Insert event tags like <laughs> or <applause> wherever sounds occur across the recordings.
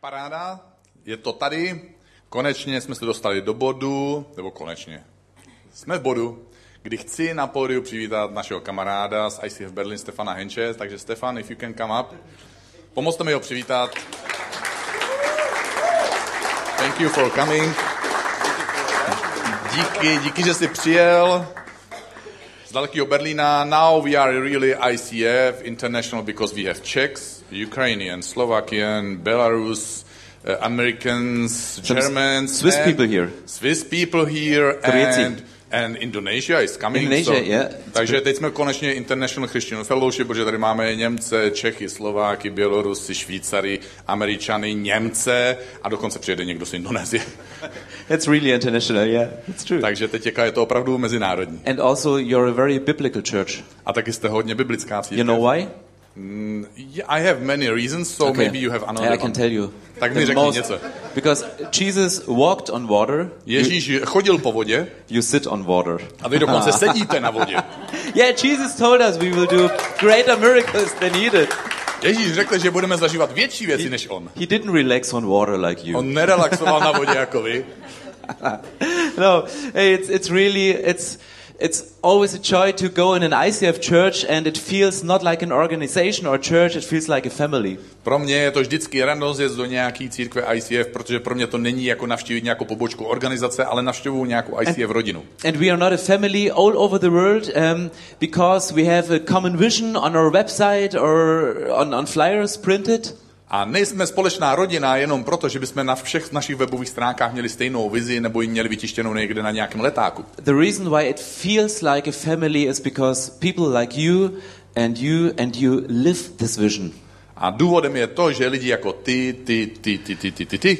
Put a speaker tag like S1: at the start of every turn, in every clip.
S1: paráda, je to tady. Konečně jsme se dostali do bodu, nebo konečně, jsme v bodu, kdy chci na pódiu přivítat našeho kamaráda z ICF Berlin, Stefana Henče. Takže Stefan, if you can come up, pomozte mi ho přivítat. Thank you for coming. Díky, díky, že jsi přijel z dalekého Berlína. Now we are really ICF international because we have Czechs, Ukrainian, Slovakian, Belarus, uh, Americans,
S2: Some
S1: Germans,
S2: Swiss
S1: and
S2: people here.
S1: Swiss people here
S2: Korejci.
S1: and and Indonesia is coming.
S2: Indonesia,
S1: so.
S2: yeah.
S1: Takže teď jsme konečně International Christian Fellowship, protože tady máme Němce, Čechy, Slováky, Bělorusy, Švýcary, Američany, Němce a dokonce přijede někdo z Indonésie. <laughs>
S2: It's really international, yeah. It's true.
S1: Takže teď je to opravdu mezinárodní.
S2: And also, you're a very biblical church.
S1: A taky jste hodně biblická církev.
S2: You know why?
S1: Yeah, I have many reasons, so maybe you have another
S2: yeah, I can
S1: one.
S2: tell you.
S1: Tak mi
S2: The
S1: řekni
S2: most-
S1: něco.
S2: because Jesus walked on water, you,
S1: Ježíš chodil po vodě
S2: you sit on water. <laughs>
S1: a vy dokonce sedíte na vodě.
S2: Yeah, Jesus told us we will do greater miracles than he did.
S1: Ježíš řekl, že budeme zažívat větší věci než on.
S2: He didn't relax on water like you.
S1: On nerelaxoval na vodě jako vy.
S2: no, it's it's really it's it's always a joy to go in an ICF church and it feels not like an organization or church, it feels like a family.
S1: Pro mě je to vždycky radost jezd do nějaký církve ICF, protože pro mě to není jako navštívit nějakou pobočku organizace, ale navštěvuju nějakou ICF rodinu.
S2: And we are not a family all over the world um, because we have a common vision on our website or on, on flyers printed.
S1: A nejsme společná rodina jenom proto, že bychom na všech našich webových stránkách měli stejnou vizi nebo ji měli vytištěnou někde na nějakém letáku.
S2: The reason why it feels like a family is because people like you and you and you live this vision.
S1: A důvodem je to, že lidi jako ty, ty, ty, ty, ty, ty, ty, ty,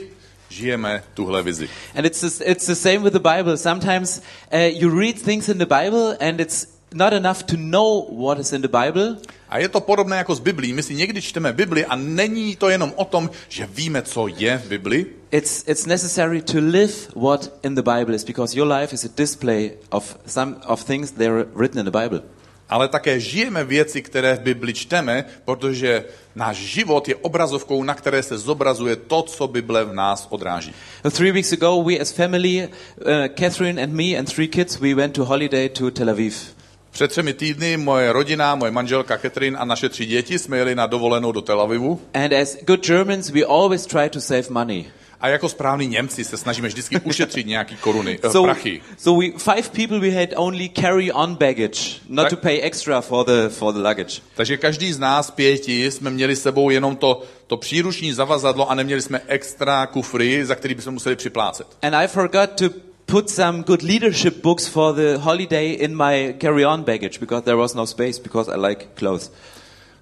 S1: žijeme tuhle vizi.
S2: And it's just, it's the same with the Bible. Sometimes uh, you read things in the Bible, and it's not enough to know what is in the Bible.
S1: A je to podobné jako s Biblí. My si někdy čteme Bibli a není to jenom o tom, že víme, co je v Bibli,
S2: It's it's necessary to live what in the Bible is, because your life is a display of some of things that are written in the Bible.
S1: ale také žijeme věci, které v Bibli čteme, protože náš život je obrazovkou, na které se zobrazuje to, co Bible v nás odráží.
S2: Uh, Three weeks ago, we as family, uh, Catherine and me and three kids, we went to holiday to Tel Aviv.
S1: Před třemi týdny moje rodina, moje manželka Katrin a naše tři děti jsme jeli na dovolenou do Tel Avivu
S2: And as good Germans, we always try to save money.
S1: a jako správní Němci se snažíme vždycky ušetřit nějaký koruny, eh,
S2: So,
S1: prachy.
S2: so we five people we had only carry on baggage, not
S1: Tak-
S2: to pay extra for the for the luggage.
S1: Takže každý z nás pěti jsme měli s sebou jenom to, to příruční zavazadlo a neměli jsme extra kufry, za který bychom museli připlácet.
S2: And I forgot to put some good leadership books for the holiday in my carry-on baggage because there was no space because I like clothes.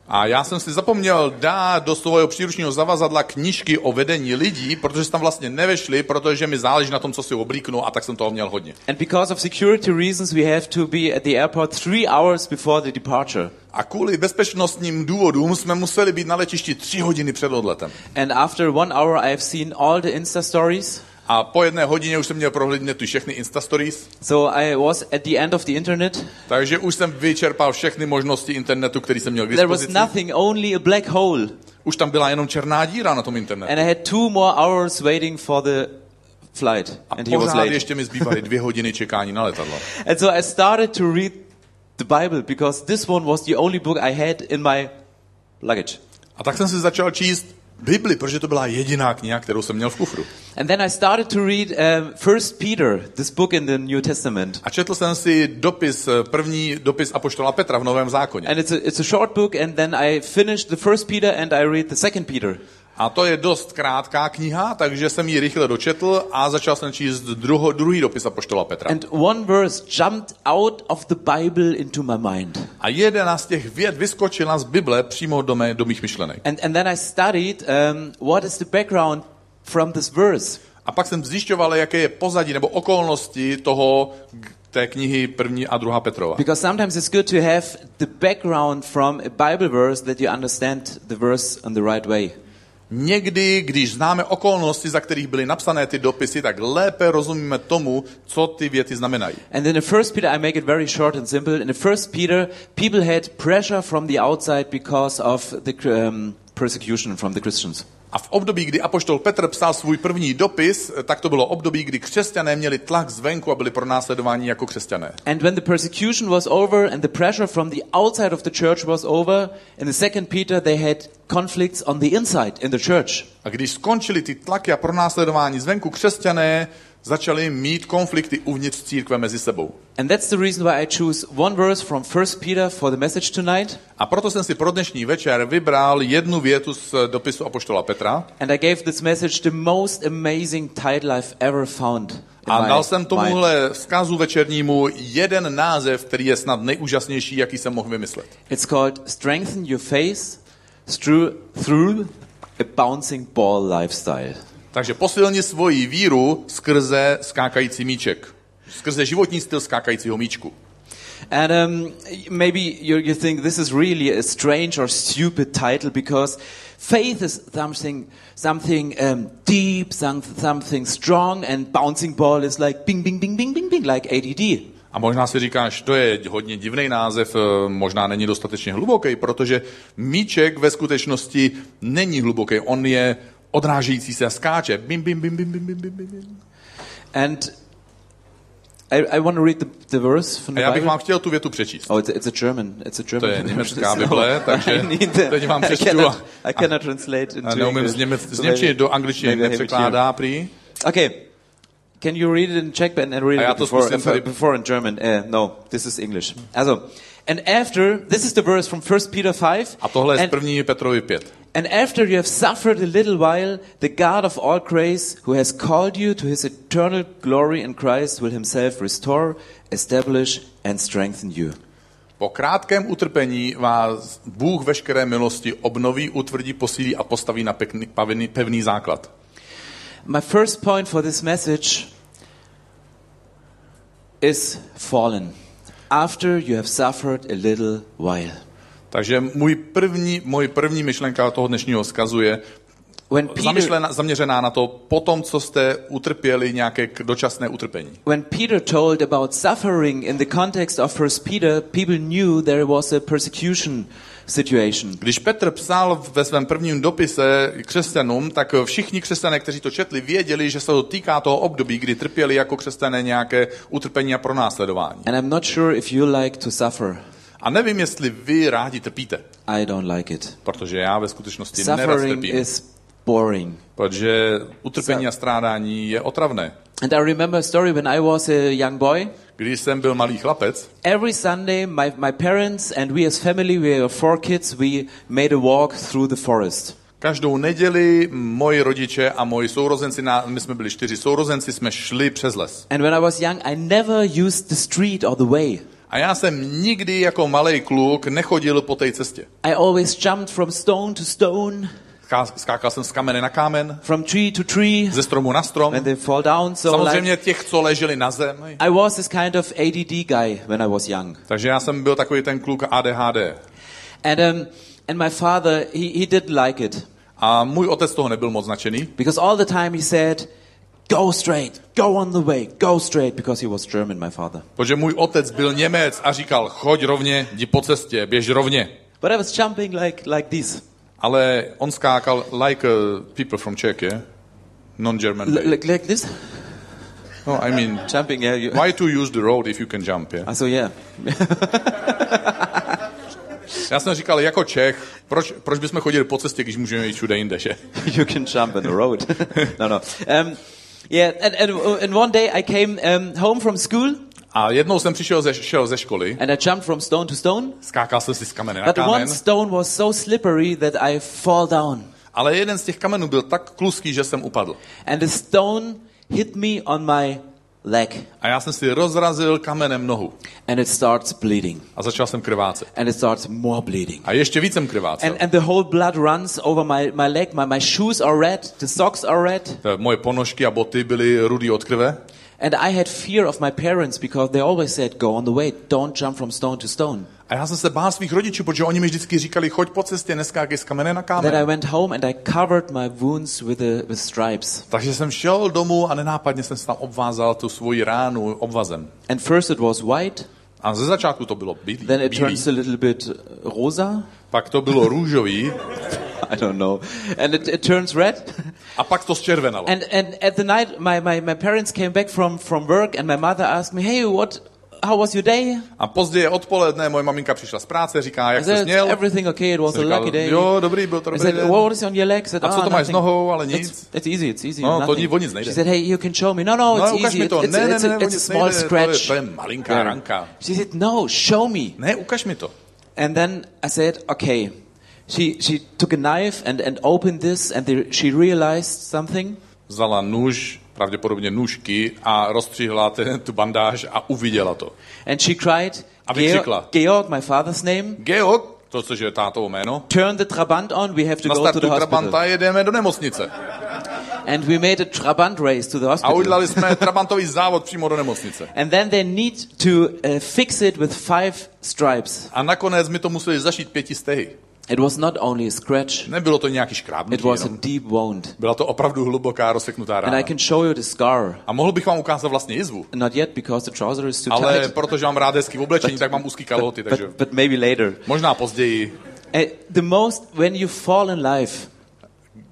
S1: A já jsem si zapomněl dát do svého příručního zavazadla knížky o vedení lidí, protože se tam vlastně nevešly, protože mi záleží na tom, co si oblíknu a tak jsem toho měl hodně.
S2: And because of security reasons, we have to be at the airport three hours before the departure.
S1: A kvůli bezpečnostním důvodům jsme museli být na letišti tři hodiny před odletem.
S2: And after one hour, I have seen all the Insta stories.
S1: A po jedné hodině už jsem měl prohlídnout ty všechny Instastories,
S2: So I was at the end of the internet.
S1: takže už jsem vyčerpal všechny možnosti internetu, který jsem měl k
S2: There was
S1: dispozici.
S2: nothing, only a black hole.
S1: Už tam byla jenom černá díra na tom internetu.
S2: And I had two more hours waiting for the flight.
S1: A
S2: And he was
S1: pořád
S2: late.
S1: ještě mi zbývaly dvě hodiny čekání na
S2: <laughs>
S1: letadlo.
S2: And so I started to read the Bible because this one was the only book I had in my luggage.
S1: A tak jsem si začal číst Bibli, protože to byla jediná kniha, kterou jsem měl v kufru.
S2: And then I started to read um, First Peter, this book in the New Testament.
S1: A četl jsem si dopis, eh, první dopis Apoštola Petra v Novém zákoně.
S2: And it's a, it's a short book, and then I finished the First Peter and I read the Second Peter.
S1: A to je dost krátká kniha, takže jsem ji rychle dočetl a začal jsem číst druho, druhý dopis Apoštola Petra.
S2: And one verse jumped out of the Bible into my mind.
S1: A jedna z těch věd vyskočila z Bible přímo do, mé, do mých myšlenek.
S2: And, and then I studied um, what is the background from this verse.
S1: A pak jsem zjišťoval, jaké je pozadí nebo okolnosti toho k- té knihy první a druhá Petrova.
S2: Because sometimes it's good to have the background from a Bible verse that you understand the verse in the right way.
S1: Někdy, když známe okolnosti, za kterých byly napsané ty dopisy, tak lépe rozumíme tomu, co ty věty znamenají.
S2: And in the first Peter, I make it very short and simple. In the first Peter, people had pressure from the outside because of the um, perse- persecution from the Christians.
S1: A v období, kdy apoštol Petr psal svůj první dopis, eh, tak to bylo období, kdy křesťané měli tlak zvenku a byli pronásledováni jako křesťané.
S2: And when the persecution was over and the pressure from the outside of the church was over, in the second Peter they had conflicts on the inside in the church.
S1: A když skončili ty tlaky a pronásledování zvenku, křesťané začali mít konflikty uvnitř církve mezi sebou.
S2: And that's the reason why I choose one verse from 1 Peter for the message tonight.
S1: A proto jsem si pro dnešní večer vybral jednu větu z dopisu apoštola Petra
S2: And I gave this message the most amazing title I've ever found. in
S1: a
S2: my
S1: dal jsem
S2: mind.
S1: tomuhle vzkazu večernímu jeden název, který je snad nejúžasnější, jaký jsem mohl vymyslet.
S2: It's called Strengthen Your Faith through, through a Bouncing Ball Lifestyle.
S1: Takže posilni svoji víru skrze skákající míček. Skrze životní styl skákajícího míčku.
S2: And um, maybe you, you think this is really a strange or stupid title because faith is something, something um, deep, some, something strong, and bouncing ball is like bing, bing, bing, bing, bing, bing, like ADD.
S1: A možná si říkáš, to je hodně divný název, eh, možná není dostatečně hluboký, protože míček ve skutečnosti není hluboký, on je odrážející se a skáče. Bim, bim, bim, bim, bim, bim, bim, bim, bim.
S2: And I, I want to read the, the verse
S1: A
S2: from the
S1: já bych
S2: Bible.
S1: vám chtěl tu větu přečíst.
S2: Oh, it's, it's a German. It's a
S1: To
S2: German.
S1: je německá
S2: <laughs> So,
S1: Bible, takže
S2: I need the-
S1: teď vám
S2: I
S1: přečtu
S2: cannot-
S1: a-
S2: I cannot translate into
S1: A neumím z,
S2: English.
S1: Němec, z
S2: So
S1: Němčiny
S2: maybe-
S1: do angličtiny
S2: maybe I have it here.
S1: nepřekládá prý.
S2: Okay. Can you read it in Czech and and read
S1: A já
S2: it
S1: to
S2: before,
S1: zkusím tady-
S2: before in German? Uh, no, this is English. Also, and after, this is the verse from 1 Peter 5.
S1: A tohle je z
S2: and,
S1: první Petrovi 5.
S2: and after you have suffered a little while, the God of all grace, who has called you to his eternal glory in Christ, will himself restore, establish, and strengthen you.
S1: Po krátkém utrpení vás Bůh veškeré milosti obnoví, utvrdí, posílí a postaví na pekný, pevný, pevný základ.
S2: My first point for this message is fallen. After you have suffered a little while.
S1: Takže můj první, můj první myšlenka toho dnešního zkazu je
S2: When Peter,
S1: zamyšlena, zaměřená na to, po tom, co jste utrpěli nějaké k- dočasné utrpení.
S2: when Peter told about suffering in the context of First Peter, people knew there was a persecution situation.
S1: Když Petr psal ve svém prvním dopise křesťanům, tak všichni křesťané, kteří to četli, věděli, že se to týká toho období, kdy trpěli jako křesťané nějaké utrpení a pronásledování.
S2: And I'm not sure if you like to suffer.
S1: A nevím, jestli vy rádi trpíte,
S2: I don't like it.
S1: protože já ve skutečnosti nerad
S2: Suffering
S1: trpím,
S2: is boring.
S1: protože utrpení a strádání je otravné.
S2: And I remember a story when I was a young boy.
S1: Když jsem byl malý chlapec,
S2: Every Sunday, my, my parents and we as family, we were four kids, we made a walk through the forest.
S1: Každou neděli moji rodiče a moji sourozenci, na- my jsme byli čtyři sourozenci, jsme šli přes les.
S2: And when I was young, I never used the street or the way.
S1: A já jsem nikdy jako malý kluk nechodil po té cestě.
S2: I always jumped from stone to stone,
S1: Ská- Skákal jsem z kamene na kámen,
S2: from tree to tree
S1: ze stromu na strom.
S2: when they fall down. So like,
S1: Samozřejmě těch, co leželi na zemi.
S2: I was this kind of ADD guy when I was young.
S1: Takže já jsem byl takový ten kluk ADHD.
S2: And, um, and my father, he, he didn't like it.
S1: A můj otec toho nebyl moc značený,
S2: Because all the time he said, go straight, go on the way, go straight, because he was German, my father.
S1: protože můj otec byl Němec a říkal, choď rovně, jdi po cestě, běž rovně.
S2: But I was jumping like, like this.
S1: Ale on skákal like uh, people from Czech, yeah? Non-German.
S2: L-
S1: way.
S2: like, like this?
S1: No, I mean,
S2: Jumping, yeah. You,
S1: Why to use the road if you can jump? Yeah?
S2: Ah, so yeah.
S1: Já jsem říkal, jako Čech, proč, proč bychom chodili po cestě, když můžeme jít všude jinde, že?
S2: <laughs> you can jump on the road. <laughs> no, no. Um, yeah, and, and, and one day I came um, home from school
S1: A jednou jsem přišel ze, šel ze školy,
S2: and I jumped from stone to stone.
S1: skákal jsem si z kamene na
S2: But one
S1: kámen,
S2: stone was so slippery that I fall down.
S1: ale jeden z těch kamenů byl tak kluský, že jsem upadl.
S2: And the stone hit me on my leg
S1: A já jsem si rozrazil kamenem nohu
S2: and it starts bleeding.
S1: a začal jsem krvácet.
S2: And it starts more bleeding.
S1: A ještě víc jsem krvácel.
S2: And, and the whole blood runs over my, my leg. My, my shoes are red. The socks are red.
S1: Eh, Moje ponožky a boty byly rudý od krve.
S2: And I had fear of my parents because they always said, go on the way. Don't jump from stone to stone.
S1: A já jsem se bál svých rodičů, protože oni mi vždycky říkali, choď po cestě, neskákej z kamene na
S2: Then I
S1: kámen.
S2: went home and I covered my wounds with, uh, with stripes.
S1: Takže jsem šel domů a nenápadně jsem si tam obvázal tu svoji ránu obvazem.
S2: And first it was white,
S1: A ze začátku to bylo bílý,
S2: then it
S1: bílý.
S2: turns a little bit uh, rosa,
S1: pak to bylo růžový
S2: <laughs> I don't know. And it, it turns red. <laughs>
S1: A pak to zčervenalo.
S2: And and at the night, my, my, my parents came back from, from work, and my mother asked me, "Hey, what? How was your day?
S1: A později odpoledne moje maminka přišla z práce, říká, jak
S2: Is
S1: jsi
S2: it
S1: měl?
S2: everything okay? It was a
S1: Jsem říkal,
S2: lucky day."
S1: jo, dobrý, byl to
S2: I
S1: dobrý
S2: said,
S1: den.
S2: "Well, what is on your leg?" I said,
S1: A co
S2: "Ah,
S1: to máš s
S2: nothing."
S1: nohou, ale
S2: It's,
S1: nic.
S2: it's easy, it's easy.
S1: No, to
S2: nothing.
S1: ní o nic nejde.
S2: She said, hey, you can show me. No, no, it's
S1: No, ukaž
S2: easy.
S1: mi to.
S2: It's,
S1: Ne, ne,
S2: it's,
S1: ne, ne,
S2: it's, a,
S1: o
S2: it's a
S1: nic
S2: small
S1: nejde, to je,
S2: scratch.
S1: to je malinká ranka.
S2: She said, no, show me.
S1: Ne, ukaž mi to.
S2: And then I said, okay. She, she took a knife and, and opened this and the, she realized something.
S1: Vzala nůž, pravděpodobně nůžky a rozstřihla ten, tu bandáž a uviděla to.
S2: And she cried,
S1: A
S2: Georg,
S1: vykřikla.
S2: Georg, my father's name,
S1: Georg, to což je tátovo jméno,
S2: turn the Trabant on, we have to go to
S1: nastartuj
S2: the hospital.
S1: Trabanta, jedeme do nemocnice.
S2: And we made a Trabant race to the
S1: A
S2: hospital.
S1: udělali jsme Trabantový závod přímo do nemocnice.
S2: And then they need to uh, fix it with five stripes.
S1: A nakonec mi to museli zašít pěti stehy.
S2: It was not only a scratch,
S1: Nebylo to nějaký škrábnutí,
S2: it was a
S1: jenom.
S2: deep wound.
S1: Byla to opravdu hluboká rozseknutá
S2: And
S1: rána.
S2: I can show you the scar.
S1: A mohl bych vám ukázat vlastně jizvu,
S2: Not yet, because the trouser is too
S1: ale
S2: tight.
S1: protože mám rád hezký oblečení, tak mám úzký kalhoty, takže
S2: But, but maybe later.
S1: možná později,
S2: Uh, the most when you fall in life,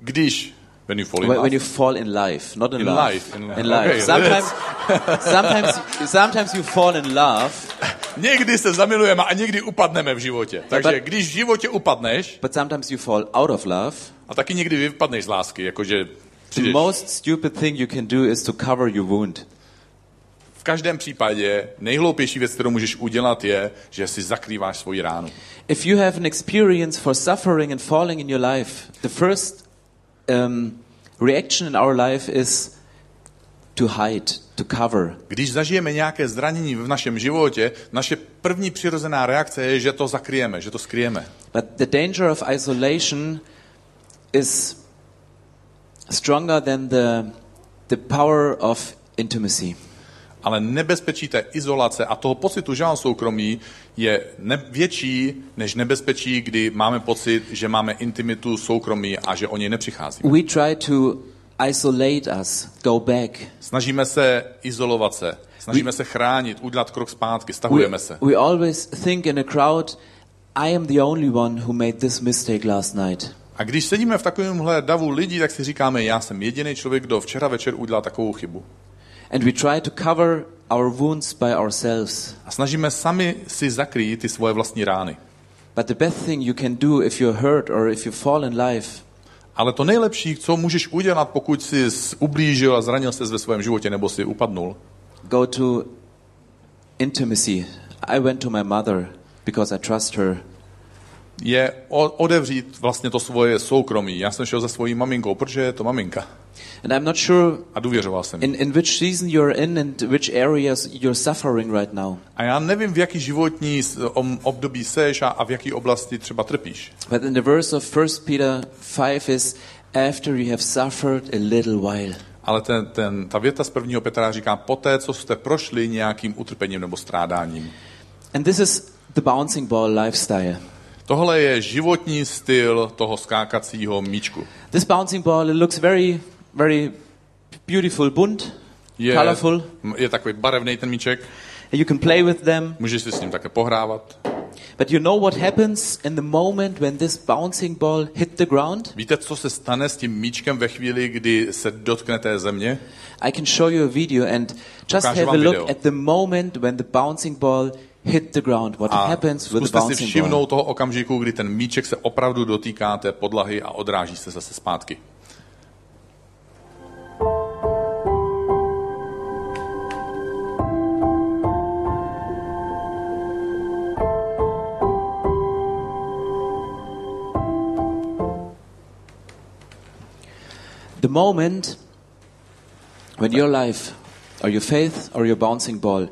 S1: když when you fall in
S2: when,
S1: love,
S2: when you fall in life, not in,
S1: In
S2: love,
S1: life, in-
S2: in,
S1: okay,
S2: life.
S1: that's- <laughs>
S2: sometimes, sometimes, sometimes you fall in love,
S1: Někdy se zamilujeme a někdy upadneme v životě. Takže
S2: tak-
S1: když v životě upadneš,
S2: but sometimes you fall out of love.
S1: a taky někdy vypadneš z lásky, jakože
S2: The
S1: přijdeš.
S2: most stupid thing you can do is to cover your wound.
S1: V každém případě nejhloupější věc, kterou můžeš udělat, je, že si zakrýváš svoji ránu.
S2: If you have an experience for suffering and falling in your life, the first um, reaction in our life is to hide, to cover,
S1: Když zažijeme nějaké zranění v našem životě, naše první přirozená reakce je, že to zakryjeme, že to skryjeme.
S2: But the danger of isolation is stronger than the, the power of intimacy.
S1: Ale nebezpečí té izolace a toho pocitu, že mám soukromí, je ne- větší než nebezpečí, kdy máme pocit, že máme intimitu, soukromí a že o něj nepřicházíme.
S2: We try to isolate us, go back.
S1: Snažíme se izolovat se, snažíme se chránit, udělat krok zpátky,
S2: We,
S1: stahujeme se.
S2: we always think in a crowd, I am the only one who made this mistake last night.
S1: A když sedíme v takovémhle davu lidí, tak si říkáme, já jsem jediný člověk, kdo včera večer udělal takovou chybu.
S2: And we try to cover our wounds by ourselves.
S1: A snažíme sami si zakrýt ty svoje vlastní rány.
S2: But the best thing you can do if you're hurt or if you fall in life
S1: Ale to nejlepší, co můžeš udělat, pokud jsi s- ublížil a zranil se ve svém životě nebo si upadnul,
S2: go to intimacy. I went to my mother because I trust her.
S1: je o- odevřít vlastně to svoje soukromí. Já jsem šel za svojí maminkou, protože je to maminka.
S2: And I'm not sure
S1: A důvěřoval jsem jí.
S2: in, in which season you're in and which areas you're suffering right now.
S1: A já nevím, v jaký životní s- om- období seš a, a v jaký oblasti třeba trpíš.
S2: But in the verse of 1 Peter 5 is, after you have suffered a little while.
S1: Ale ten, ten, ta věta z prvního Petra říká, poté, co jste prošli nějakým utrpením nebo strádáním.
S2: And this is the bouncing ball lifestyle.
S1: Tohle je životní styl toho skákacího míčku.
S2: This bouncing ball it looks very, very beautiful, bunt,
S1: Je,
S2: colorful.
S1: je takový barevný ten míček,
S2: And you can play with them.
S1: můžeš si s ním také pohrávat.
S2: But you know what happens in the moment when this bouncing ball hit the ground?
S1: Víte, co se stane s tím míčkem ve chvíli, kdy se dotkne té země?
S2: I can show you a video and just
S1: Pokażę
S2: have a
S1: wam
S2: look
S1: video.
S2: at the moment when the bouncing ball hit the ground. What
S1: A
S2: happens with the
S1: zkuste si
S2: bouncing ball?
S1: všimnout toho okamžiku, kdy ten míček se opravdu dotýká té podlahy a odráží se zase zpátky.
S2: The moment when your life or your faith or your bouncing ball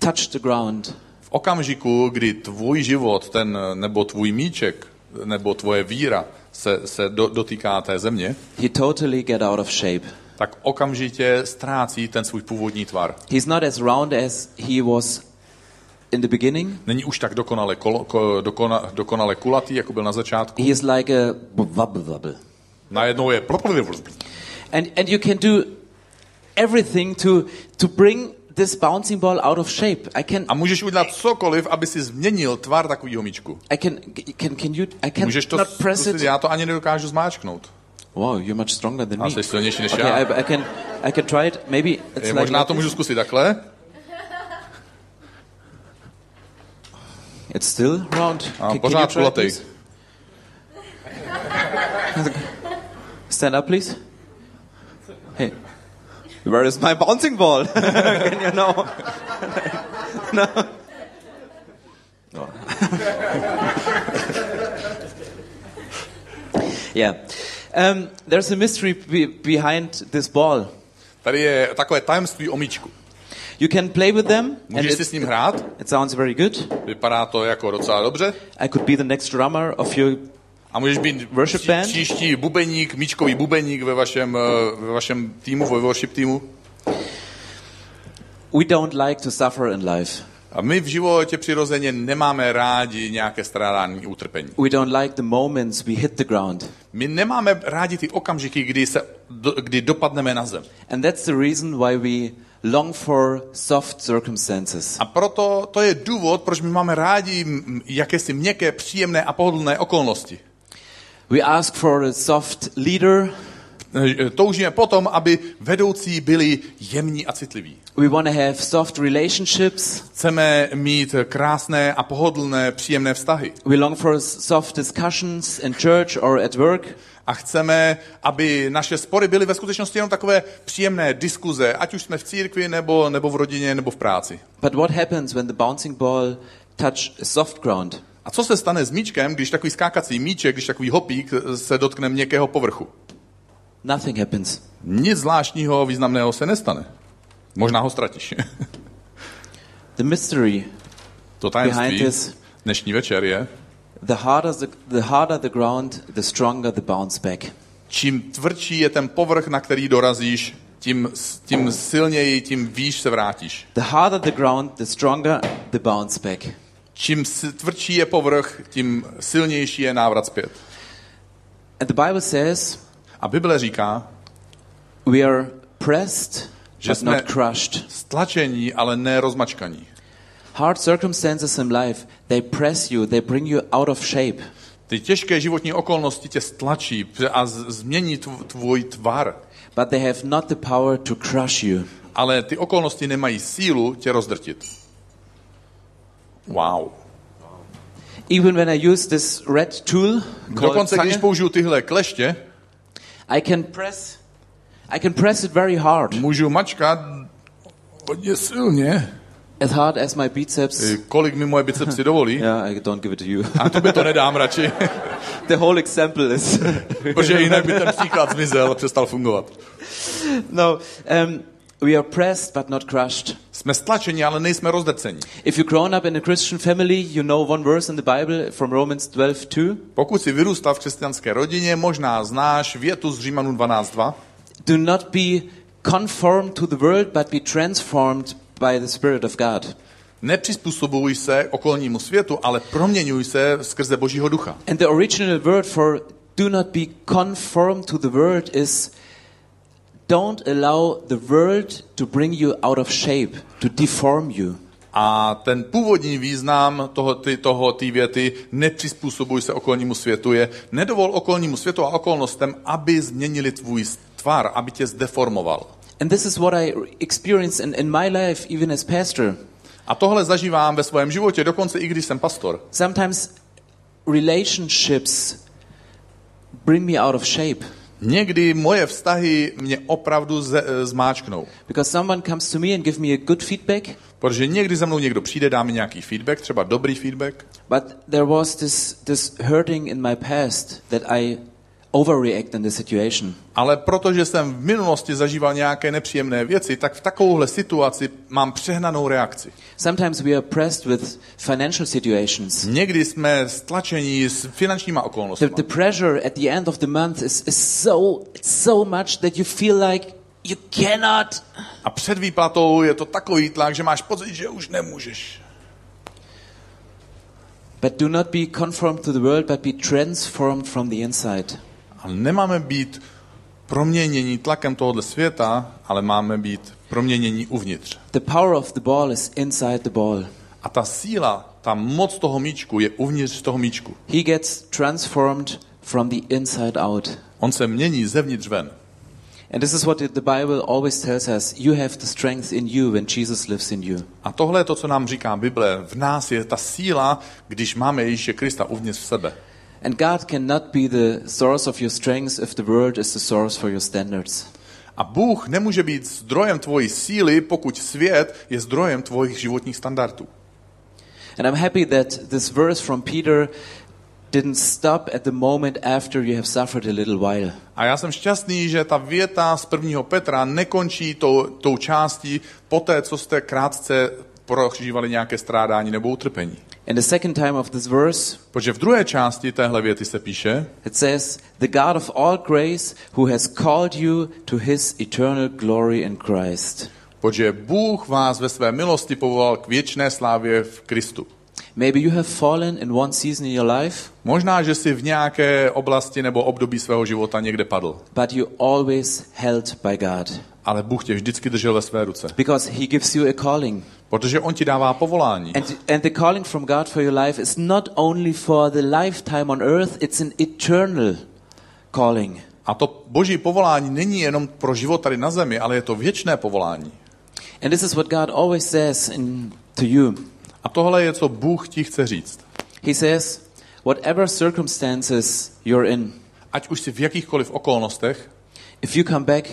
S2: touch the ground
S1: V okamžiku, kdy tvůj život, ten, nebo tvůj míček, nebo tvoje víra se, se do, dotýká té země,
S2: he totally get out of shape.
S1: tak okamžitě ztrácí ten svůj původní tvar.
S2: He's not as round as he was in the beginning.
S1: Není už tak dokonale, kolo, ko, dokona, dokonale kulatý, jako byl na začátku.
S2: He is like a wobble wobble.
S1: Najednou je...
S2: And and you can do everything to to bring this bouncing ball out of shape. I can,
S1: A můžeš udělat cokoliv, aby si změnil tvar takového míčku.
S2: I can, can, can you? I can
S1: Můžeš to
S2: not press
S1: zkusit,
S2: it.
S1: já to ani nedokážu zmáčknout.
S2: Wow, you're much stronger than
S1: A
S2: me.
S1: jsi silnější než
S2: Okay,
S1: já.
S2: I, I can, I can try it. Maybe it's
S1: Je,
S2: like
S1: možná
S2: like
S1: E, to
S2: this.
S1: můžu zkusit takhle.
S2: It's still round.
S1: A
S2: Can- can you
S1: pořád
S2: try it,
S1: kulatý.
S2: please? <laughs> Stand up, please. Hey, where is my bouncing ball? <laughs> Can you know? <laughs> no. No. <laughs> yeah. Um, there's a mystery be- behind this ball.
S1: Tady je takové tajemství o míčku.
S2: You can play with them, and
S1: Můžeš si s
S2: it,
S1: ním hrát,
S2: it sounds very good.
S1: vypadá to jako docela dobře.
S2: I could be the next drummer of your
S1: A můžeš být
S2: Worship
S1: pří-
S2: band?
S1: příští bubeník, míčkový bubeník ve vašem, eh, ve vašem týmu, ve worship týmu.
S2: We don't like to suffer in life.
S1: A my v životě přirozeně nemáme rádi nějaké strádání, utrpení.
S2: We don't like the moments we hit the ground.
S1: My nemáme rádi ty okamžiky, kdy, se, do, kdy dopadneme na zem.
S2: And that's the reason why we long for soft circumstances.
S1: A proto to je důvod, proč my máme rádi mm, jakési měkké, příjemné a pohodlné okolnosti.
S2: We ask for a soft leader.
S1: Eh, Toužíme potom, aby vedoucí byli jemní a citliví.
S2: We want to have soft relationships.
S1: Chceme mít krásné a pohodlné, příjemné vztahy.
S2: We long for s- soft discussions in church or at work.
S1: A chceme, aby naše spory byly ve skutečnosti jenom takové příjemné diskuze, ať už jsme v církvi, nebo, nebo v rodině, nebo v práci.
S2: But what happens when the bouncing ball touch a soft ground?
S1: A co se stane s míčkem, když takový skákací míček, když takový hopík eh, se dotkne měkkého povrchu?
S2: Nothing happens.
S1: Nic zvláštního, významného se nestane. Možná ho ztratíš. <laughs>
S2: The mystery,
S1: To
S2: Behind
S1: tajemství
S2: this-
S1: dnešní večer je,
S2: the harder the, the harder the ground, the stronger the bounce back.
S1: čím tvrdší je ten povrch, na který dorazíš, tím, s- tím silněji, tím výš se vrátíš.
S2: The harder the ground, the stronger the bounce back.
S1: Čím s- tvrdší je povrch, tím silnější je návrat zpět.
S2: And the Bible says
S1: A Bible říká,
S2: we are pressed
S1: Že
S2: but not
S1: jsme-
S2: crushed.
S1: stlačení, ale ne rozmačkaní.
S2: Hard circumstances in life, they press you, they bring you out of shape.
S1: Ty těžké životní okolnosti tě stlačí pře- a z- změní tv- tvůj tvar,
S2: But they have not the power to crush you.
S1: ale ty okolnosti nemají sílu tě rozdrtit. Wow.
S2: Even when I use this red tool called
S1: Dokonce, když
S2: Zange,
S1: použiju tyhle kleště,
S2: I can press I can press it very hard.
S1: můžu mačkat hodně silně,
S2: As hard as my biceps.
S1: eh, kolik mi moje bicepsy dovolí.
S2: Yeah, I don't give it to you. <laughs>
S1: A to by to nedám radši,
S2: the whole example is <laughs>
S1: protože jinak by ten příklad zmizel a přestal fungovat.
S2: No, um, we are pressed but not crushed.
S1: Jsme stlačeni, ale nejsme rozdrceni.
S2: If you've grown up in a Christian family, you know one verse in the Bible from Romans 12 2.
S1: Pokud si vyrůstal v křesťanské rodině, možná znáš větu z Římanů 12.2.
S2: Do not be conformed to the world, but be transformed by the Spirit of God.
S1: Nepřizpůsobuj se okolnímu světu, ale proměňuj se skrze Božího ducha.
S2: And the original word for do not be conformed to the world is don't allow the world to bring you out of shape, to deform you.
S1: A ten původní význam toho, ty, toho té věty nepřizpůsobuj se okolnímu světu je nedovol okolnímu světu a okolnostem, aby změnili tvůj tvar, aby tě zdeformoval.
S2: And this is what I experienced in, in my life, even as pastor.
S1: A tohle zažívám ve svém životě, dokonce i když jsem pastor.
S2: Sometimes relationships bring me out of shape.
S1: Někdy moje vztahy mě opravdu ze, e, zmáčknou.
S2: Because someone comes to me and give me a good feedback,
S1: Protože někdy za mnou někdo přijde, dá mi nějaký feedback, třeba dobrý feedback,
S2: but there was this this hurting in my past that I overreact in the situation.
S1: ale protože jsem v minulosti zažíval nějaké nepříjemné věci, tak v takovouhle situaci mám přehnanou reakci.
S2: Sometimes we are pressed with financial situations.
S1: Někdy jsme stlačeni s finančníma
S2: The,
S1: okolnostmi.
S2: the pressure at the end of the month is, is so it's so much that you feel like you cannot.
S1: A před výplatou je to takový tlak, že máš pocit, že už nemůžeš.
S2: But do not be conformed to the world, but be transformed from the inside.
S1: A nemáme být proměnění tlakem tohoto světa, ale máme být proměnění uvnitř.
S2: The power of the ball is inside the ball.
S1: A ta síla, ta moc toho míčku je uvnitř toho míčku.
S2: He gets transformed from the inside out.
S1: On se mění zevnitř ven.
S2: And this is what the Bible always tells us you have the strength in you when Jesus lives in you.
S1: A tohle je to, co nám říká Bible. V nás je ta síla, když máme Ježíše Krista uvnitř v sebe.
S2: And God cannot be the source of your strength if the world is the source for your standards.
S1: A Bůh nemůže být zdrojem tvojí síly, pokud svět je zdrojem tvojich životních standardů.
S2: And I'm happy that this verse from Peter didn't stop at the moment after you have suffered a little while.
S1: A já jsem šťastný, že ta věta z 1. Petra nekončí tou, tou částí poté, co jste krátce prožívali nějaké strádání nebo utrpení.
S2: In the second time of this verse,
S1: Protože v druhé části téhle věty se píše,
S2: it says, The God of all grace, who has called you to his eternal glory in Christ.
S1: protože Bůh vás ve své milosti povolal k věčné slávě v Kristu.
S2: Maybe you have fallen in one season in your life,
S1: Možná, že jsi v nějaké oblasti nebo období svého života někde padl,
S2: but you always held by God
S1: ale Bůh tě vždycky držel ve své ruce,
S2: because he gives you a calling.
S1: protože On ti dává povolání.
S2: And, and the calling from God for your life is not only for the lifetime on earth, it's an eternal calling.
S1: A to boží povolání není jenom pro život tady na zemi, ale je to věčné povolání.
S2: And this is what God always says in, to you.
S1: A tohle je, co Bůh ti chce říct.
S2: He says, whatever circumstances you're in,
S1: Ať už jsi v jakýchkoliv okolnostech,
S2: if you come back,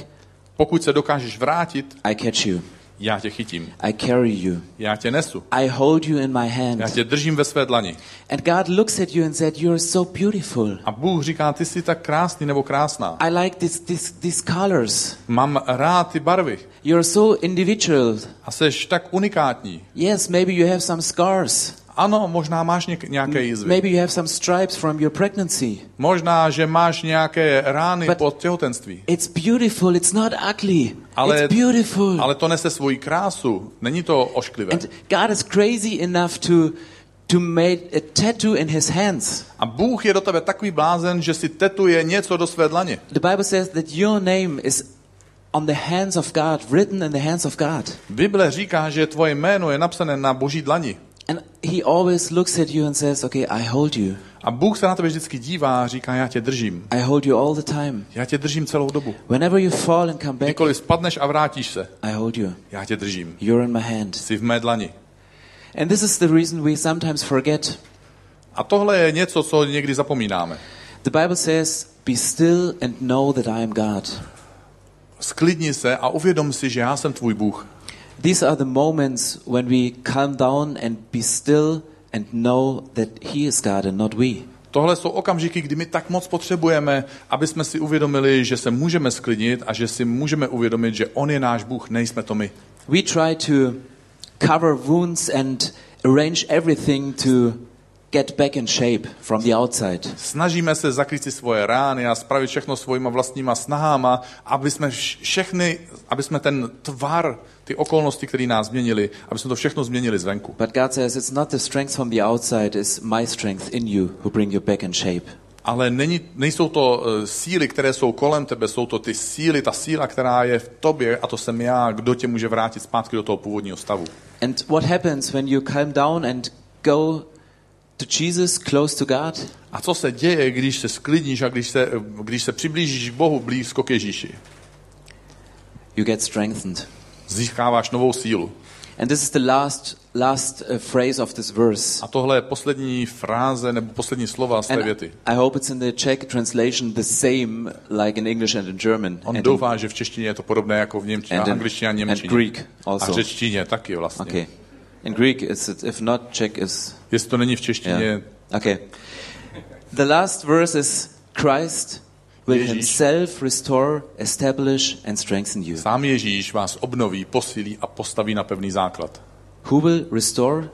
S1: pokud se dokážeš vrátit,
S2: I catch you.
S1: já tě chytím,
S2: I carry you.
S1: já tě nesu,
S2: I hold you in my
S1: já
S2: hand.
S1: tě držím ve své dlani.
S2: And God looks at you and said, You're so beautiful.
S1: A Bůh říká, ty jsi tak krásný nebo krásná.
S2: I like this, this, these colors.
S1: Mám rád ty barvy
S2: You're so individual.
S1: a seš tak unikátní.
S2: Yes, maybe you have some scars.
S1: Ano, možná máš něk- nějaké jizvy.
S2: Maybe you have some stripes from your pregnancy.
S1: Možná, že máš nějaké rány
S2: But-
S1: po těhotenství.
S2: It's beautiful. It's not ugly.
S1: Ale-
S2: it's beautiful.
S1: Ale to nese svoji krásu. Není to ošklivé.
S2: and God is crazy enough to to make a tattoo in his hands.
S1: A Bůh je do tebe takový blázen, že si tetuje něco do své dlaně.
S2: The Bible says that your name is on the hands of God, written in the hands of God.
S1: Bible říká, že tvoje jméno je napsané na boží dlani.
S2: And he always looks at you and says, "Okay, I hold you.
S1: A Bůh se na tebe vždycky dívá a říká, já tě držím.
S2: I hold you all the time.
S1: Já tě držím celou dobu.
S2: Whenever you fall and come back,
S1: Kdykoliv spadneš a vrátíš se,
S2: I hold you.
S1: já tě držím.
S2: You're in my hand."
S1: Jsi v mé dlani.
S2: And this is the reason we sometimes forget.
S1: A tohle je něco, co někdy zapomínáme.
S2: The Bible says, "Be still and know that I am God."
S1: Sklidni se a uvědom si, že já jsem tvůj Bůh.
S2: These are the moments when we calm down and be still and know that He is God and not we.
S1: Tohle jsou okamžiky, kdy my tak moc potřebujeme, aby jsme si uvědomili, že se můžeme sklidnit a že si můžeme uvědomit, že On je náš Bůh, nejsme to my.
S2: We try to cover wounds and arrange everything to get back in shape from the outside.
S1: Snažíme se zakrýt si svoje rány a spravit všechno svojima vlastníma snahama, aby jsme vš- všechny, aby jsme ten tvar, ty okolnosti, které nás změnili, aby jsme to všechno změnili zvenku.
S2: But God says it's not the strength from the outside, it's my strength in you who bring you back in shape.
S1: Ale není, nejsou to eh, síly, které jsou kolem tebe, jsou to ty síly, ta síla, která je v tobě a to jsem já, kdo tě může vrátit zpátky do toho původního stavu.
S2: And what happens when you calm down and go to Jesus, close to God?
S1: A co se děje, když se sklidníš a když se, když se přiblížíš k Bohu blízko k Ježíši?
S2: You get strengthened.
S1: Získáváš novou sílu.
S2: And this is the last last uh, phrase of this verse.
S1: A tohle je poslední fráze nebo poslední slova z té věty.
S2: And I hope it's in the Czech translation the same like in English and in German.
S1: On
S2: and
S1: doufá, že v češtině je to podobné jako v němčině,
S2: And in-
S1: angličtině a němčině.
S2: and Greek
S1: a
S2: also.
S1: v řečtině taky vlastně.
S2: okay. In Greek it's if not Czech is
S1: Jestli to není v češtině,
S2: yeah. Okay. The last verse is Christ will
S1: Ježíš.
S2: himself restore, establish and strengthen you.
S1: sám Ježíš vás obnoví, posílí a postaví na pevný základ.
S2: Who will restore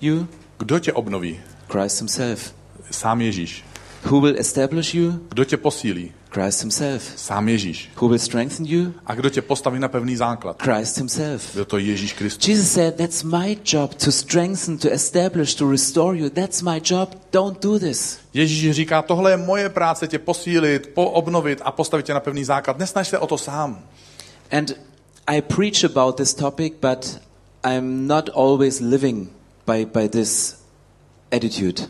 S2: you?
S1: Kdo tě obnoví?
S2: Christ himself.
S1: Sám Ježíš.
S2: Who will establish you?
S1: Kdo tě posílí?
S2: Christ Himself.
S1: Sám Ježíš.
S2: Who will strengthen you?
S1: A kdo tě postaví na pevný základ?
S2: Christ Himself.
S1: Byl to Ježíš Kristus.
S2: Jesus said, That's my job to strengthen, to establish, to restore you. That's my job. Don't do this.
S1: Ježíš říká, tohle je moje práce tě posílit, poobnovit a postavit tě na pevný základ. Nesnaž se o to sám.
S2: And I preach about this topic, but I'm not always living by, by this attitude.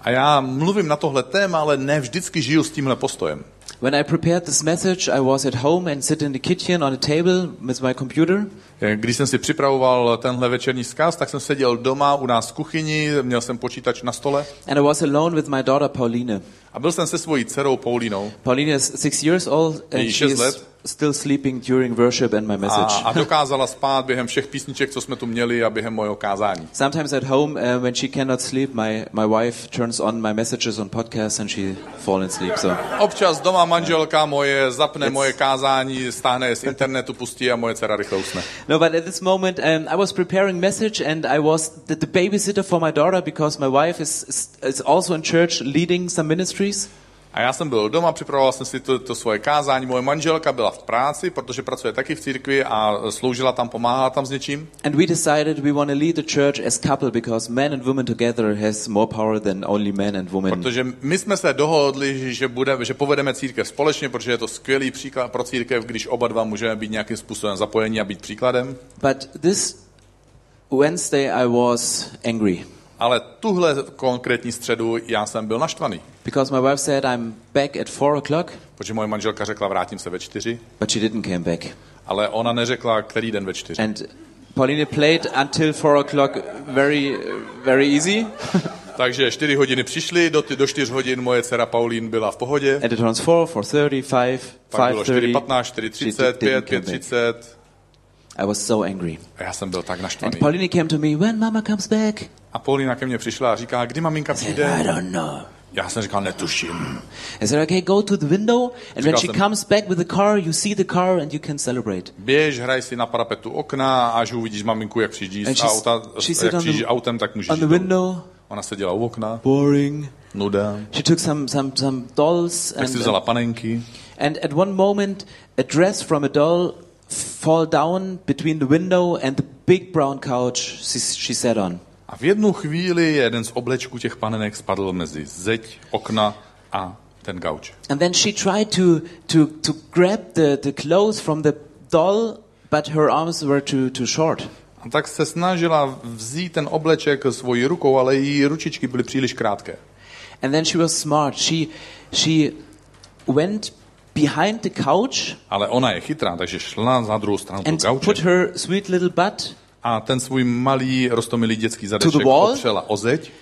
S1: A já mluvím na tohle téma, ale ne vždycky žiju s tímhle postojem.
S2: When I prepared this message, I was at home and sit in the kitchen on a table with my computer.
S1: Když jsem si připravoval tenhle večerní zkaz, tak jsem seděl doma u nás v kuchyni, měl jsem počítač na stole
S2: And I was alone with my daughter Paulina.
S1: a byl jsem se svojí dcerou Paulínou.
S2: Paulina is six years old
S1: Je jí
S2: and she
S1: šest
S2: is
S1: let.
S2: still sleeping during worship and my
S1: A,
S2: message.
S1: a dokázala spát během všech písniček, co jsme tu měli a během mojho kázání.
S2: Sometimes at home, uh, when she cannot sleep, my, my wife turns on my messages on podcasts and she falls asleep. So
S1: Občas doma manželka moje zapne moje kázání, stáhne je z internetu, pustí a moje dcera rychle usne.
S2: no, but at this moment, um, I was preparing message and I was the, the babysitter for my daughter because my wife is, is is also in church leading some ministries.
S1: A já jsem byl doma, připravoval jsem si to, to svoje kázání. Moje manželka byla v práci, protože pracuje taky v církvi a sloužila tam, pomáhala tam s něčím.
S2: And we decided we want to lead the church as couple because men and women together has more power than only men and women.
S1: Protože my jsme se dohodli, že, bude, že povedeme církev společně, protože je to skvělý příklad pro církev, když oba dva můžeme být nějakým způsobem zapojení a být příkladem.
S2: But this Wednesday I was angry
S1: Ale tuhle konkrétní středu já jsem byl naštvaný,
S2: because my wife said I'm back at four o'clock,
S1: protože moje manželka řekla, vrátím se ve čtyři,
S2: but she didn't came back.
S1: ale ona neřekla, který den ve čtyři.
S2: And Pauline played until four o'clock very, very easy.
S1: Takže čtyři hodiny přišly, do, ty- do čtyř hodin moje dcera Paulín byla v pohodě,
S2: And it turns four, four thirty, five,
S1: pak
S2: five
S1: bylo
S2: thirty.
S1: 4.15, 4.30, 5, 5.30
S2: I was so angry.
S1: a já jsem byl tak
S2: And
S1: naštvaný.
S2: Pauline came to me when Mama comes back.
S1: A Paulína ke mně přišla a říká, kdy maminka
S2: And I
S1: přijde?
S2: don't know.
S1: Já jsem říkal, netuším.
S2: I said, okay, go to the window, and when she
S1: Říkal jsem-
S2: comes back with the car, you see the car and you can celebrate.
S1: Běž, hraj si na parapetu okna, až uvidíš maminku, jak přijíždí
S2: And
S1: z
S2: she's-
S1: auta,
S2: she
S1: jak
S2: sit on the-
S1: přijíždí autem, tak můžeš
S2: On the
S1: jít dolů.
S2: window,
S1: Ona seděla u okna,
S2: boring.
S1: nuda,
S2: She took some, some, some dolls,
S1: tak si
S2: and,
S1: vzala panenky
S2: and at one moment, a dress from a doll fall down between the window and the big brown couch she, she sat on.
S1: a v jednu chvíli jeden z oblečků těch panenek spadl mezi zeď, okna a ten gauč.
S2: And then she tried to, to, to grab the, the clothes from the doll, but her arms were too, too short.
S1: A tak se snažila vzít ten obleček svojí rukou, ale její ručičky byly příliš krátké.
S2: And then she was smart. She, she went behind the couch
S1: Ale ona je chytrá, takže šla za druhou stranu toho
S2: and
S1: gauče
S2: put her sweet little butt
S1: a ten svůj malý rostomilý dětský zadeček
S2: wall?
S1: opřela o zeď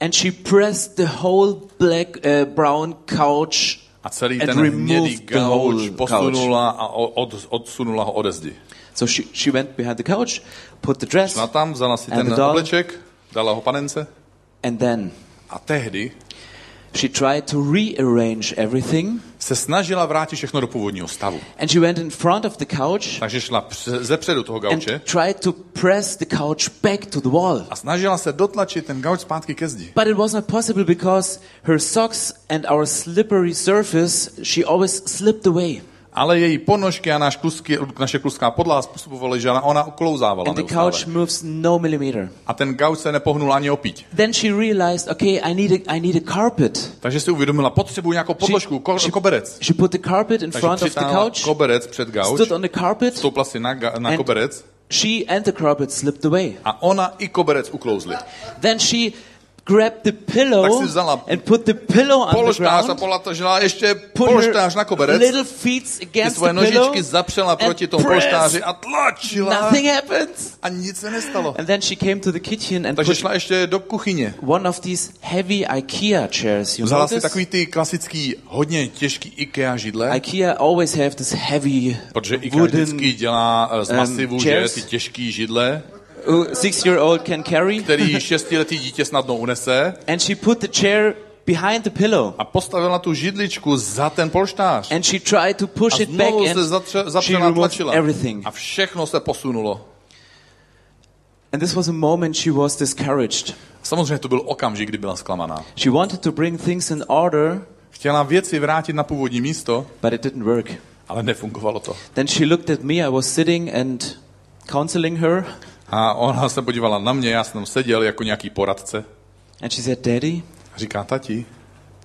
S2: and she pressed the whole black uh, brown couch
S1: A celý
S2: and
S1: ten hnědý
S2: removed the
S1: gauč
S2: whole couch.
S1: posunula a o- od, odsunula ho ode zdi.
S2: So she, she went behind the couch, put the dress,
S1: Šla tam, vzala si
S2: And
S1: ten
S2: the doll?
S1: obleček, dala ho panence
S2: and then
S1: a tehdy
S2: she tried to rearrange everything.
S1: se snažila vrátit všechno do původního stavu.
S2: And she went in front of the couch
S1: Takže šla pře- ze předu toho gauče
S2: and tried to press the couch back to the wall.
S1: a snažila se dotlačit ten gauč zpátky ke zdi.
S2: But it was not possible because her socks and our slippery surface, she always slipped away.
S1: Ale její ponožky a náš klusky, naše kluská podlaha způsobovaly, že ona- ona uklouzávala
S2: And the
S1: neustále.
S2: couch moves no millimeter.
S1: A ten gauč se nepohnul ani opít.
S2: Then she realized, okay, I need a, I need a carpet.
S1: Takže si uvědomila, potřebuji nějakou podložku, ko- koberec.
S2: She put the carpet in
S1: Takže
S2: front of the
S1: přitáhla
S2: couch,
S1: koberec před gauč,
S2: stood on the carpet,
S1: stoupla si na, ga- na
S2: And-
S1: koberec
S2: she and the carpet slipped away.
S1: A ona i koberec uklouzli.
S2: Then she grabbed the
S1: Tak
S2: pillow
S1: si vzala
S2: and put the pillow on the
S1: Polštář a
S2: ground,
S1: polatažila ještě
S2: put
S1: polštář na
S2: her
S1: koberec.
S2: little feet
S1: Ty
S2: against the
S1: svoje nožičky
S2: pillow,
S1: zapřela proti tomu
S2: pressed.
S1: polštáři a tlačila.
S2: nothing happens.
S1: A nic se nestalo.
S2: And then she came to the kitchen and
S1: Takže
S2: put
S1: šla ještě do kuchyně.
S2: one of these heavy IKEA chairs. You know
S1: Vzala si
S2: this?
S1: takový ty klasický, hodně těžký IKEA židle,
S2: IKEA always have this heavy
S1: protože IKEA vždycky
S2: wooden
S1: dělá eh, z
S2: um,
S1: masivu, že
S2: chairs.
S1: ty těžký židle,
S2: uh, six-year-old can carry. <laughs>
S1: který šestiletý dítě snadno unese
S2: And she put the chair behind the pillow.
S1: a postavila tu židličku za ten polštář.
S2: And she tried to push
S1: A
S2: it back
S1: znovu se
S2: and
S1: zatře-
S2: she
S1: zapřela,
S2: removed
S1: tlačila.
S2: everything.
S1: A všechno se posunulo.
S2: And this was a moment she was discouraged.
S1: Samozřejmě to byl okamžik, kdy byla zklamaná.
S2: She wanted to bring things in order,
S1: Chtěla věci vrátit na původní místo,
S2: but it didn't work.
S1: ale nefungovalo to.
S2: Then she looked at me. I was sitting and counseling her,
S1: A ona se podívala na mě, já jsem tam seděl jako nějaký poradce.
S2: and she said, "Daddy,
S1: A Říká, tati,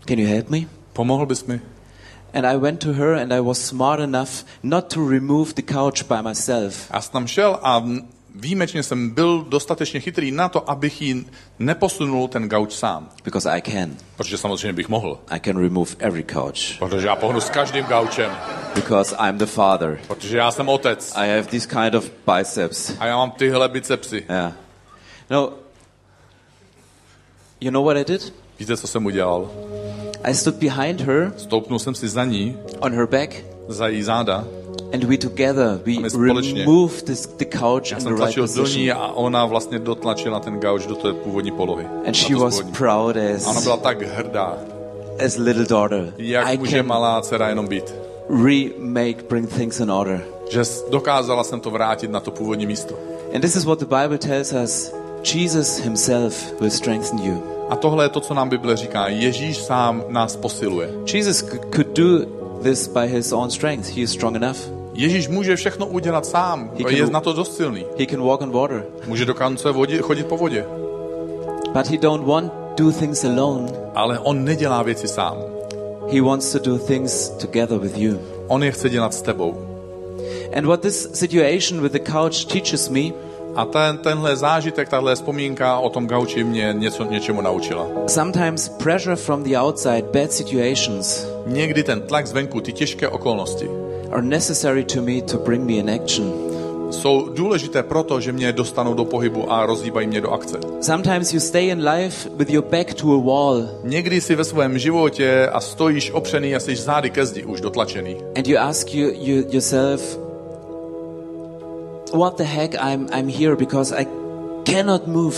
S2: can you help me?"
S1: pomohl bys mi?
S2: And I went to her, and I was smart enough not to remove the couch by myself.
S1: Já jsem tam šel a výjimečně jsem byl dostatečně chytrý na to, abych jí neposunul ten gauč sám.
S2: Because I can.
S1: Protože samozřejmě bych mohl.
S2: I can remove every couch.
S1: Protože já pohnu s každým gaučem.
S2: Because I'm the father.
S1: Protože já jsem otec.
S2: I have these kind of biceps.
S1: A já mám tyhle bicepsy.
S2: Yeah. No. You know what I did?
S1: Víte, co jsem udělal?
S2: I stood behind her
S1: Stoupnul jsem si za ní,
S2: on her back,
S1: za její záda.
S2: and we together we
S1: A my společně.
S2: removed this, the couch
S1: Já
S2: in the
S1: jsem
S2: right
S1: tlačil do ní
S2: position.
S1: a ona vlastně dotlačila ten gauč do té původní polohy. Na
S2: And she
S1: tu
S2: was
S1: původní.
S2: proud
S1: A ona
S2: as
S1: byla tak hrdá,
S2: as little daughter.
S1: jak
S2: I
S1: může
S2: can
S1: malá dcera jenom být.
S2: remake, bring things in order.
S1: Že s- dokázala jsem to vrátit na to původní místo.
S2: And this is what the Bible tells us. Jesus himself will strengthen you.
S1: A tohle je to, co nám Bible říká. Ježíš sám nás posiluje.
S2: Jesus c- could do this by his own strength. He is strong enough.
S1: Ježíš může všechno udělat sám.
S2: He
S1: Je
S2: can-
S1: na to dost silný.
S2: He can walk on water.
S1: Může dokonce vodě, chodit po vodě.
S2: But he don't want do things alone.
S1: Ale on nedělá věci sám.
S2: He wants to do things together with you.
S1: On je chce dělat s tebou.
S2: And what this situation with the couch teaches me,
S1: A ten, tenhle zážitek, tahle vzpomínka o tom gauči mě něco, něčemu naučila.
S2: sometimes pressure from the outside, bad situations
S1: Někdy ten tlak zvenku, ty těžké okolnosti,
S2: are necessary to me to bring me in action.
S1: jsou důležité proto, že mě dostanou do pohybu a rozhýbají mě do akce.
S2: Sometimes you stay in life with your back to a wall
S1: Někdy si ve svém životě a stojíš opřený a jsi zády ke zdi už dotlačený.
S2: and you ask you, you yourself what the heck I'm I'm here because I cannot move.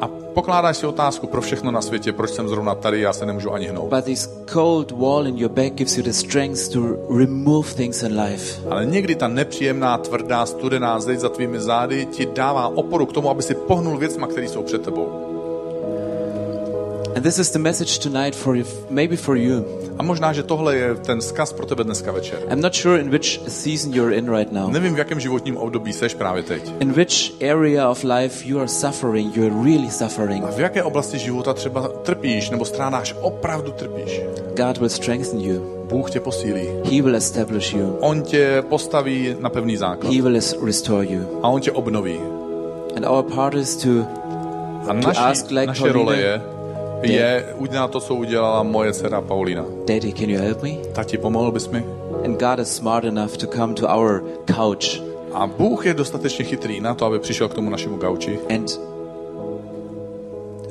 S1: A pokládáš si otázku pro všechno na světě, proč jsem zrovna tady, já se nemůžu ani hnout.
S2: But this cold wall in your back gives you the strength to remove things in life.
S1: Ale někdy ta nepříjemná, tvrdá, studená zeď za tvými zády ti dává oporu k tomu, aby si pohnul věcma, které jsou před tebou.
S2: And this is the message tonight for you, maybe for you.
S1: A možná, že tohle je ten skaz pro tebe dneska večer.
S2: I'm not sure in which season you're in right now.
S1: Nevím, v jakém životním období seš právě teď.
S2: In which area of life you are suffering, you're really
S1: A
S2: suffering.
S1: v jaké oblasti života třeba trpíš nebo strádáš, opravdu trpíš.
S2: God will strengthen you.
S1: Bůh tě posílí.
S2: He will establish you.
S1: On tě postaví na pevný základ
S2: He will is- restore you.
S1: a on tě obnoví.
S2: And our part is to
S1: A naši,
S2: ask like
S1: naše role
S2: Pauline.
S1: je, je udělat to, co udělala moje dcera Paulina.
S2: Daddy, can you help me?
S1: Tati, pomohl bys mi?
S2: And God is smart enough to come to our couch
S1: A Bůh je dostatečně chytrý na to, aby přišel k tomu našemu gauči
S2: and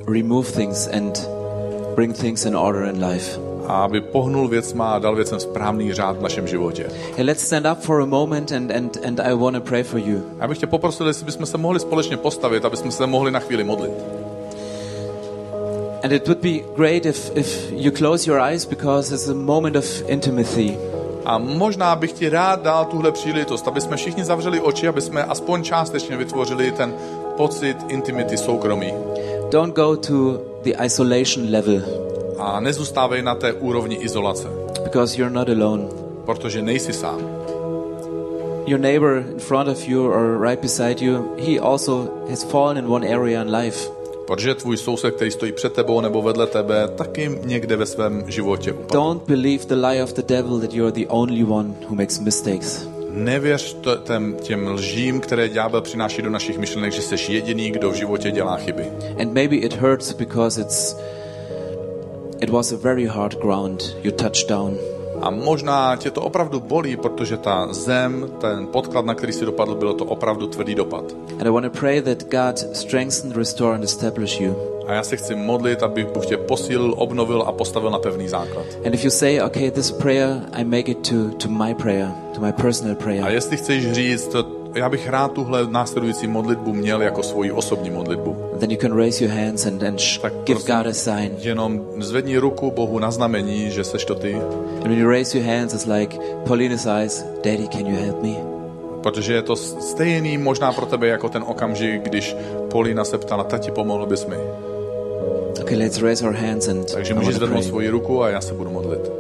S2: remove things and bring things in order in life.
S1: a aby pohnul věcma a dal věcem správný řád v našem životě.
S2: Hey, let's stand up for a moment and, and, and I want to pray for you.
S1: Já bych tě poprosil, jestli bychom se mohli společně postavit, aby jsme se mohli na chvíli modlit.
S2: And it would be great if, if you close your eyes because it's a moment of intimacy.
S1: A možná bych ti rád dal tuhle příležitost, aby jsme všichni zavřeli oči, aby jsme aspoň částečně vytvořili ten pocit intimity soukromí.
S2: Don't go to the isolation level
S1: A nezůstávej na té úrovni izolace,
S2: because you're not alone.
S1: protože nejsi sám.
S2: Your neighbor in front of you or right beside you, he also has fallen in one area in life.
S1: Protože tvůj soused, který stojí před tebou nebo vedle tebe, taky někde ve svém životě upadl.
S2: Don't believe the lie of the devil that you're the only one who makes mistakes.
S1: Nevěř t- těm, těm lžím, které ďábel přináší do našich myšlenek, že jsi jediný, kdo v životě dělá chyby.
S2: And maybe it hurts because it's it was a very hard ground you touched down.
S1: A možná tě to opravdu bolí, protože ta zem, ten podklad, na který si dopadl, bylo to opravdu tvrdý dopad.
S2: And I want to pray that God strengthen, restore and establish you.
S1: A já se chci modlit, aby Bůh tě posílil, obnovil a postavil na pevný základ.
S2: And if you say, okay, this prayer, I make it to, to my prayer, to my personal
S1: A
S2: prayer,
S1: jestli chceš říct, to- já bych rád tuhle následující modlitbu měl jako svoji osobní modlitbu.
S2: then you can raise your hands and, and sh-
S1: Tak
S2: give
S1: prosím.
S2: God a sign.
S1: Jenom zvedni ruku Bohu na znamení, že seš to ty,
S2: And when you raise your hands, it's like Paulina's eyes, Daddy, can you help me?
S1: protože je to stejný možná pro tebe jako ten okamžik, když Polina se ptala, tati, pomohl bys mi.
S2: Okay, let's raise our hands and
S1: Takže
S2: I
S1: můžeš
S2: wanna
S1: zvednout
S2: pray.
S1: svoji ruku a já se budu modlit.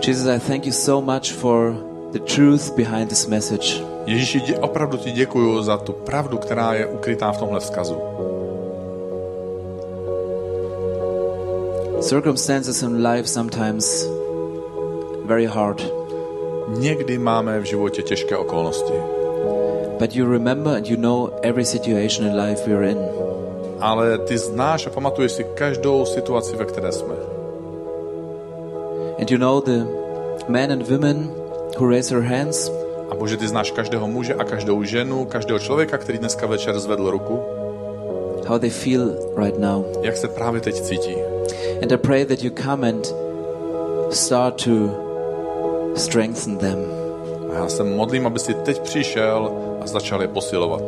S2: Jesus, I thank you so much for the truth behind this message.
S1: Ježíši, dě, opravdu ti děkuju za tu pravdu, která je ukrytá v tomhle vzkazu.
S2: Circumstances in life sometimes very hard,
S1: Někdy máme v životě těžké okolnosti,
S2: but you remember and you know every situation in life we are in.
S1: ale ty znáš a pamatuješ si každou situaci, ve které jsme.
S2: And you know the men and women who raise their hands,
S1: A Bože, ty znáš každého muže a každou ženu, každého člověka, který dneska večer zvedl ruku,
S2: how they feel right now.
S1: jak se právě teď cítí.
S2: And I pray that you come and start to strengthen them.
S1: A já se modlím, aby si teď přišel a začal je posilovat.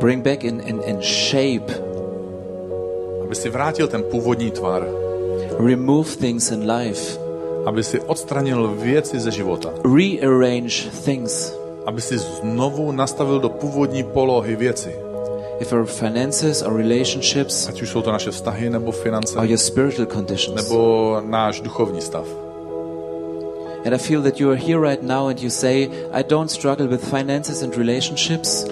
S2: Bring back in, in, in shape,
S1: Aby si vrátil ten původní tvar.
S2: remove things in life,
S1: Aby si odstranil věci ze života.
S2: rearrange things.
S1: Aby si znovu nastavil do původní polohy věci.
S2: If our finances, our relationships,
S1: Ať už jsou to naše vztahy nebo finance,
S2: or your spiritual conditions.
S1: nebo náš duchovní stav.
S2: And I feel that you are here right now and you say, I don't struggle with finances and relationships,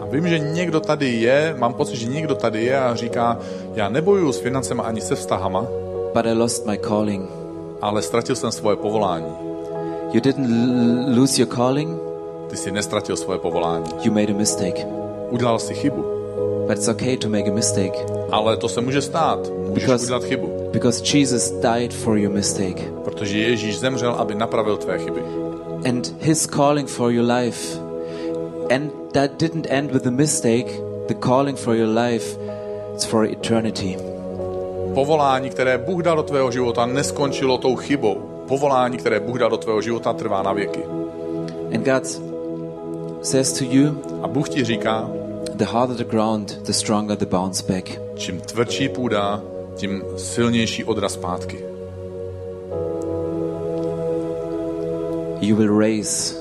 S1: A vím, že někdo tady je, mám pocit, že někdo tady je a říká, já nebojuju s financema ani se vztahama,
S2: but I lost my calling.
S1: ale ztratil jsem svoje povolání.
S2: You didn't l- lose your calling,
S1: Ty si nestratil svoje povolání.
S2: you made a mistake.
S1: Udělal si chybu.
S2: But it's okay to make a mistake
S1: Ale to se může stát. Můžeš
S2: Because-
S1: udělat chybu.
S2: because Jesus died for your mistake.
S1: Protože Ježíš zemřel, aby napravil tvé chyby.
S2: And his calling for your life, and that didn't end with a mistake, the calling for your life, it's for eternity.
S1: Povolání, které Bůh dal do tvého života, neskončilo tou chybou. Povolání, které Bůh dal do tvého života, trvá na věky.
S2: And God says to you,
S1: A Bůh ti říká,
S2: the harder the ground, the stronger the bounce back.
S1: čím tvrdší půda, tím silnější odraz zpátky.
S2: You will raise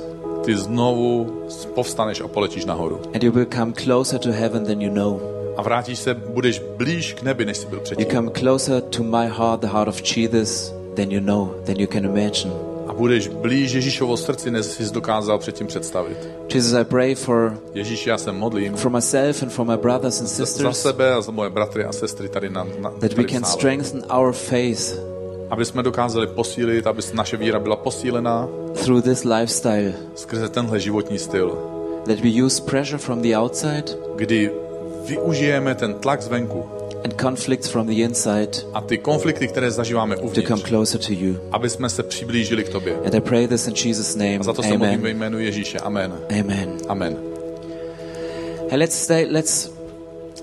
S1: Ty znovu povstaneš a poletíš nahoru.
S2: And you will come closer to heaven than you know.
S1: A vrátíš se, budeš blíž k nebi, než jsi byl
S2: You
S1: předtím.
S2: come closer to my heart, the heart of Jesus, than you know, than you can imagine.
S1: A budeš blíž Ježíšovo srdci, než jsi dokázal předtím představit.
S2: Jesus, I pray for,
S1: Ježíš, já se modlím
S2: for myself and for my brothers and
S1: za
S2: sisters
S1: sebe a za moje bratry a sestry tady na, na
S2: that we
S1: tady v
S2: can
S1: sále.
S2: strengthen our faith
S1: Aby jsme dokázali posílit, aby naše víra byla posílená
S2: through this lifestyle.
S1: skrze tenhle životní styl,
S2: That we use pressure from the outside
S1: kdy využijeme ten tlak zvenku
S2: and conflicts from the inside
S1: a ty konflikty, které zažíváme
S2: to come
S1: uvnitř,
S2: closer to you.
S1: aby jsme se přiblížili k tobě.
S2: And I pray this in Jesus' name.
S1: Za to se modlím ve
S2: Amen.
S1: jménu Ježíše. Amen.
S2: Amen.
S1: Amen.
S2: Hey, let's stay. Let's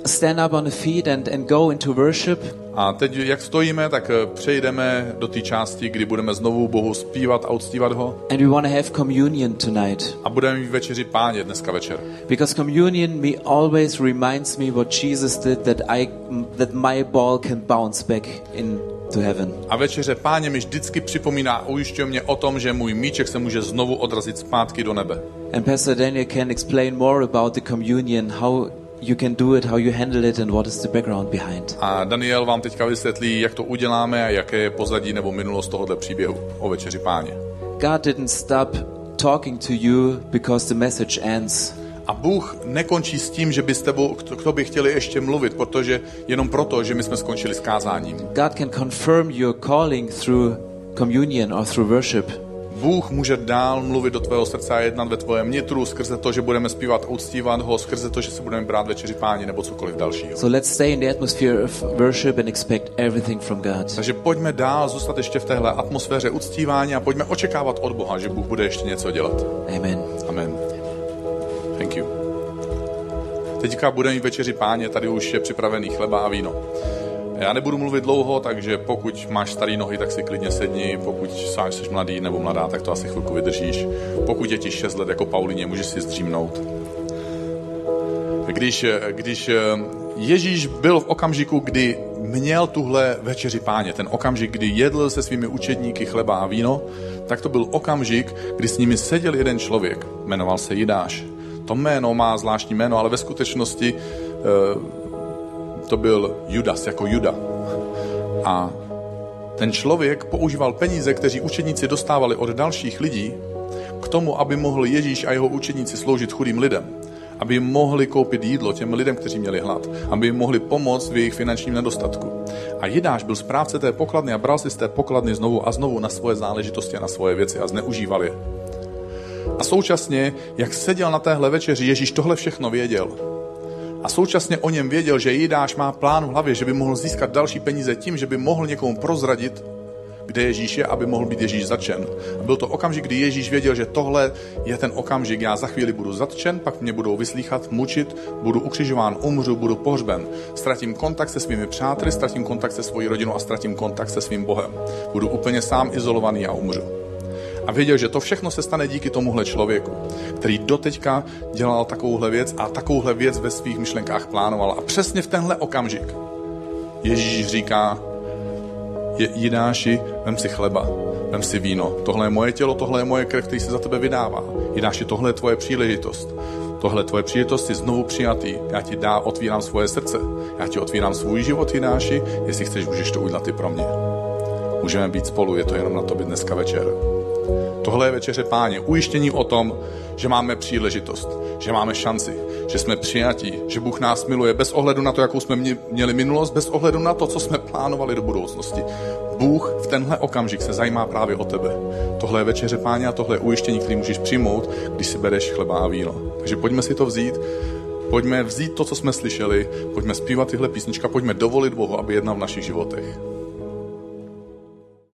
S2: stand up on the feet and, and go into worship.
S1: A teď, jak stojíme, tak eh, přejdeme do té části, kdy budeme znovu Bohu zpívat a uctívat ho
S2: And we want to have communion tonight.
S1: a budeme mít večeři páně dneska večer.
S2: Because communion me always reminds me what Jesus did that I that my ball can bounce back into heaven.
S1: A večeře páně mi vždycky připomíná a ujišťuje mě o tom, že můj míček se může znovu odrazit zpátky do nebe.
S2: And Pastor Daniel can explain more about the communion, how you can do it, how you handle it and what is the background behind.
S1: A Daniel vám teďka vysvětlí, jak to uděláme a jaké je pozadí nebo minulost tohohle příběhu o večeři páně.
S2: God didn't stop talking to you because the message ends.
S1: A Bůh nekončí s tím, že by s tebou, k k tobě chtěli ještě mluvit, protože jenom proto, že my jsme skončili s kázáním.
S2: God can confirm your calling through communion or through worship.
S1: Bůh může dál mluvit do tvého srdce a jednat ve tvém nitru skrze to, že budeme zpívat a uctívat ho, skrze to, že se budeme brát večeři páni nebo cokoliv dalšího.
S2: So let's stay in the atmosphere of worship and expect everything from God.
S1: Takže pojďme dál zůstat ještě v téhle atmosféře uctívání a pojďme očekávat od Boha, že Bůh bude ještě něco dělat.
S2: Amen.
S1: Amen. Thank you. Teďka budeme mít večeři páně, tady už je připravený chleba a víno. Já nebudu mluvit dlouho, takže pokud máš staré nohy, tak si klidně sedni, pokud sám jsi mladý nebo mladá, tak to asi chvilku vydržíš. Pokud je ti 6 let jako Paulině, můžeš si zdřímnout. Když, když eh, Ježíš byl v okamžiku, kdy měl tuhle večeři páně, ten okamžik, kdy jedl se svými učedníky chleba a víno, tak to byl okamžik, kdy s nimi seděl jeden člověk, jmenoval se Jidáš. To jméno má zvláštní jméno, ale ve skutečnosti eh, to byl Judas, jako Juda. A ten člověk používal peníze, kteří učeníci dostávali od dalších lidí, k tomu, aby mohl Ježíš a jeho učeníci sloužit chudým lidem. Aby jim mohli koupit jídlo těm lidem, kteří měli hlad. Aby jim mohli pomoct v jejich finančním nedostatku. A Jidáš byl správce té pokladny a bral si z té pokladny znovu a znovu na svoje záležitosti a na svoje věci a zneužíval je. A současně, jak seděl na téhle večeři, Ježíš tohle všechno věděl. A současně o něm věděl, že Jidáš má plán v hlavě, že by mohl získat další peníze tím, že by mohl někomu prozradit, kde Ježíš je, aby mohl být Ježíš zatčen. A byl to okamžik, kdy Ježíš věděl, že tohle je ten okamžik, já za chvíli budu zatčen, pak mě budou vyslýchat, mučit, budu ukřižován, umřu, budu pohřben, ztratím kontakt se svými přáteli, ztratím kontakt se svojí rodinou a ztratím kontakt se svým Bohem. Budu úplně sám izolovaný a umřu. A věděl, že to všechno se stane díky tomuhle člověku, který doteďka dělal takovouhle věc a takovouhle věc ve svých myšlenkách plánoval. A přesně v tenhle okamžik Ježíš říká, je, Jidáši, vem si chleba, vem si víno. Tohle je moje tělo, tohle je moje krev, který se za tebe vydává. Jidáši, tohle je tvoje příležitost. Tohle je tvoje příležitost, jsi znovu přijatý. Já ti dá, otvírám svoje srdce. Já ti otvírám svůj život, Jidáši. Jestli chceš, můžeš to udělat i pro mě. Můžeme být spolu, je to jenom na tobě dneska večer. Tohle je večeře páně, ujištění o tom, že máme příležitost, že máme šanci, že jsme přijatí, že Bůh nás miluje bez ohledu na to, jakou jsme mě- měli minulost, bez ohledu na to, co jsme plánovali do budoucnosti. Bůh v tenhle okamžik se zajímá právě o tebe. Tohle je večeře páně a tohle je ujištění, který můžeš přijmout, když si bereš chleba a víno. Takže pojďme si to vzít, pojďme vzít to, co jsme slyšeli, pojďme zpívat tyhle písnička, pojďme dovolit Bohu, aby jednal v našich životech.